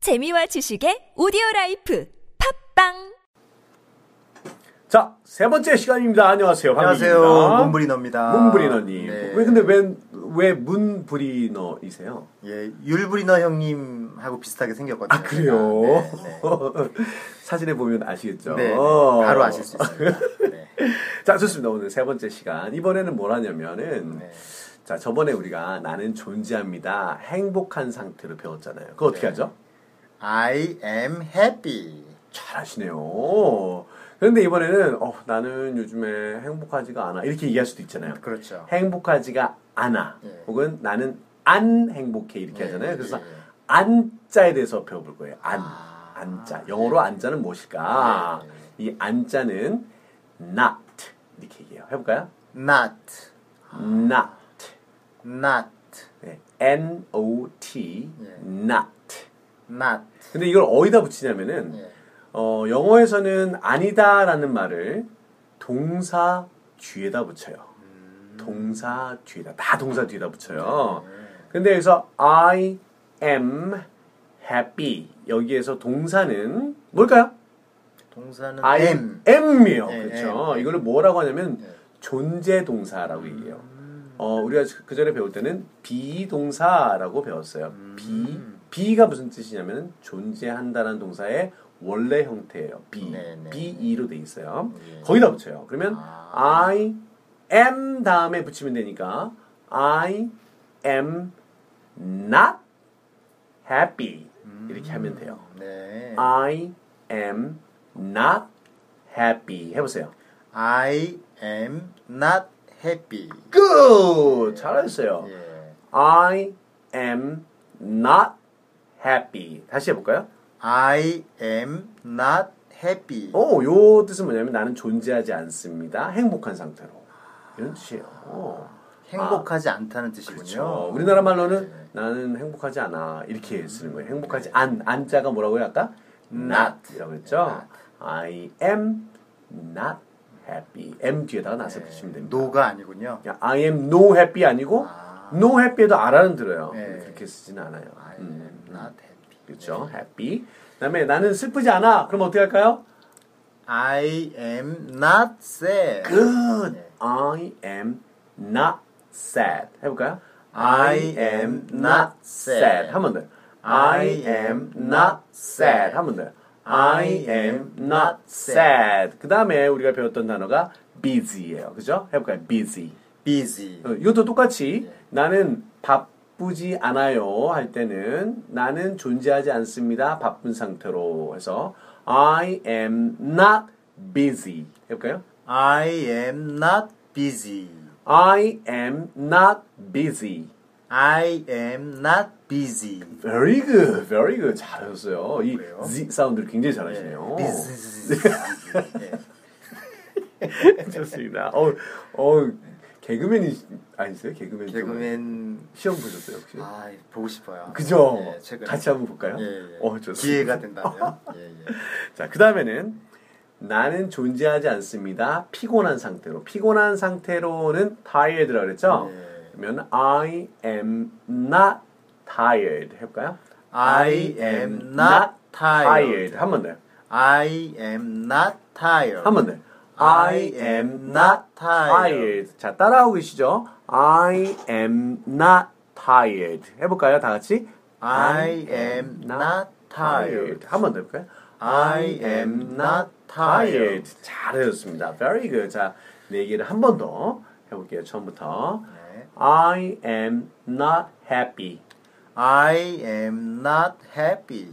재미와 지식의 오디오 라이프 팝빵 자, 세 번째 시간입니다. 안녕하세요. 안녕하세요. 황민입니다. 문브리너입니다. 문브리너님. 네. 왜 근데 왜 왜 문브리너이세요? 예, 율브리너 형님하고 비슷하게 생겼거든요. 아 그래요. 네, 네. 사진에 보면 아시겠죠. 네, 네. 바로 아실 수 있습니다. 네. 자, 좋습니다. 오늘 세 번째 시간. 이번에는 뭘 하냐면은 네. 자 저번에 우리가 나는 존재합니다. 행복한 상태로 배웠잖아요. 그거 어떻게 네. 하죠? I am happy. 잘하시네요. 그런데 이번에는 어, 나는 요즘에 행복하지가 않아 이렇게 얘기할 수도 있잖아요. 그렇죠. 행복하지가 않아. 예. 혹은 나는 안 행복해 이렇게 예, 하잖아요. 그래서 예, 예. 안자에 대해서 배워볼 거예요. 안, 아. 안자. 영어로 안자는 무엇일까? 예, 이 안자는 not 이렇게 얘기해요. 해볼까요? Not, not, not, 네. n o t, 예. not. not. 근데 이걸 어디다 붙이냐면은 예. 어, 영어에서는 아니다라는 말을 동사 뒤에다 붙여요. 동사 뒤에다 다 동사 뒤에다 붙여요. 근데 여기서 I am happy 여기에서 동사는 뭘까요? 동사는 I am. am이에요. 예, 아, 그렇죠. am. 이걸 뭐라고 하냐면 예. 존재 동사라고 얘기해요. 음. 어, 우리가 그 전에 배울 때는 비동사라고 배웠어요. 음. 비 비가 무슨 뜻이냐면 존재한다라는 동사의 원래 형태예요. 비 네, 네. be로 돼 있어요. 예. 거기다 붙여요. 그러면 아. I am 다음에 붙이면 되니까 I am not happy 이렇게 음. 하면 돼요. 네. I am not happy 해보세요. I am not happy. Good! 잘하셨어요. 예. I am not happy. 다시 해볼까요? I am not happy. 오, 어, 요 뜻은 뭐냐면 나는 존재하지 않습니다. 행복한 상태로. 이런 뜻이에요. 오. 행복하지 않다는 아, 뜻이군요. 그렇죠. 우리나라 말로는 나는 행복하지 않아. 이렇게 쓰는 거예요. 행복하지 안, 안자가 뭐라고 해요? 아까? not. 이라고 했죠? I am not happy. m 뒤에다가 not을 붙이면 됩니다. 노가 아니군요. 야, I am no happy 아니고 no happy에도 알아는 들어요. 네. 근데 그렇게 쓰지는 않아요. I 음, am not happy. 그렇죠. happy. 그다음에 나는 슬프지 않아. 그럼 어떻게 할까요? I am not sad. Good. I am not sad. 해볼까요? I am not sad. 한 번 더. I I am am not not sad. sad. 한 번 더. I I am am not not sad. 그 다음에 우리가 배웠던 단어가 busy예요. 그죠? 해볼까요? busy. Busy. 어, 이것도 똑같이 네. 나는 바쁘지 않아요 할 때는 나는 존재하지 않습니다. 바쁜 상태로 해서 I am not busy 해볼까요? I am not busy. I am not busy. I am not busy. Very good, very good. 잘하셨어요. 이 그래요? Z 사운드를 굉장히 잘하시네요. Busy. 예. 좋습니다. 어, 어, 개그맨이 아니세요? 개그맨. 좀 개그맨 시험 보셨어요 혹시? 아 보고 싶어요. 그죠? 예, 최근에. 같이 한번 볼까요? 예, 예. 어, 좋습니다. 기회가 된다면. 예, 예. 자, 그 다음에는 나는 존재하지 않습니다. 피곤한 상태로. 피곤한 상태로는 tired라고 그랬죠? 네. 그러면 I am not tired 해볼까요? I am not tired. 한 번 더요. I am not tired. 한 번 더요. I am not tired. 자, 따라하고 계시죠? I am not tired. 해볼까요? 다 같이. I am not tired. 한 번 더 해볼까요? I am not tired. 예, 잘하셨습니다. Very good. 자, 내 얘기를 한 번 더 해볼게요. 처음부터. 네. I am not happy. I am not happy.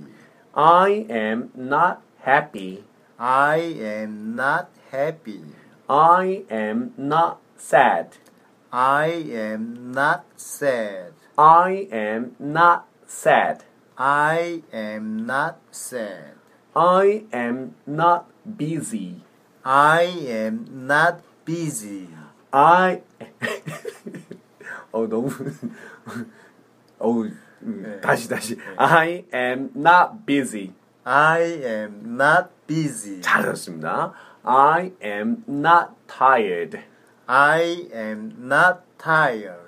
I am not happy. I am not happy. I am not sad. I am not sad. I am not sad. I am not sad. I am not busy. I am not busy. I 어 너무 어우 음, 다시 다시 I am not busy. I am not busy. 잘하셨습니다. I am not tired. I am not tired.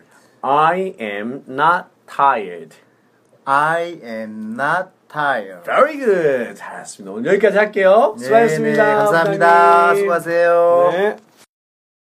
I am not tired. I am not tired. Very good. 잘했습니다. 오늘 여기까지 할게요. 수고하셨습니다. 네, 네, 감사합니다. 부장님. 수고하세요. 네.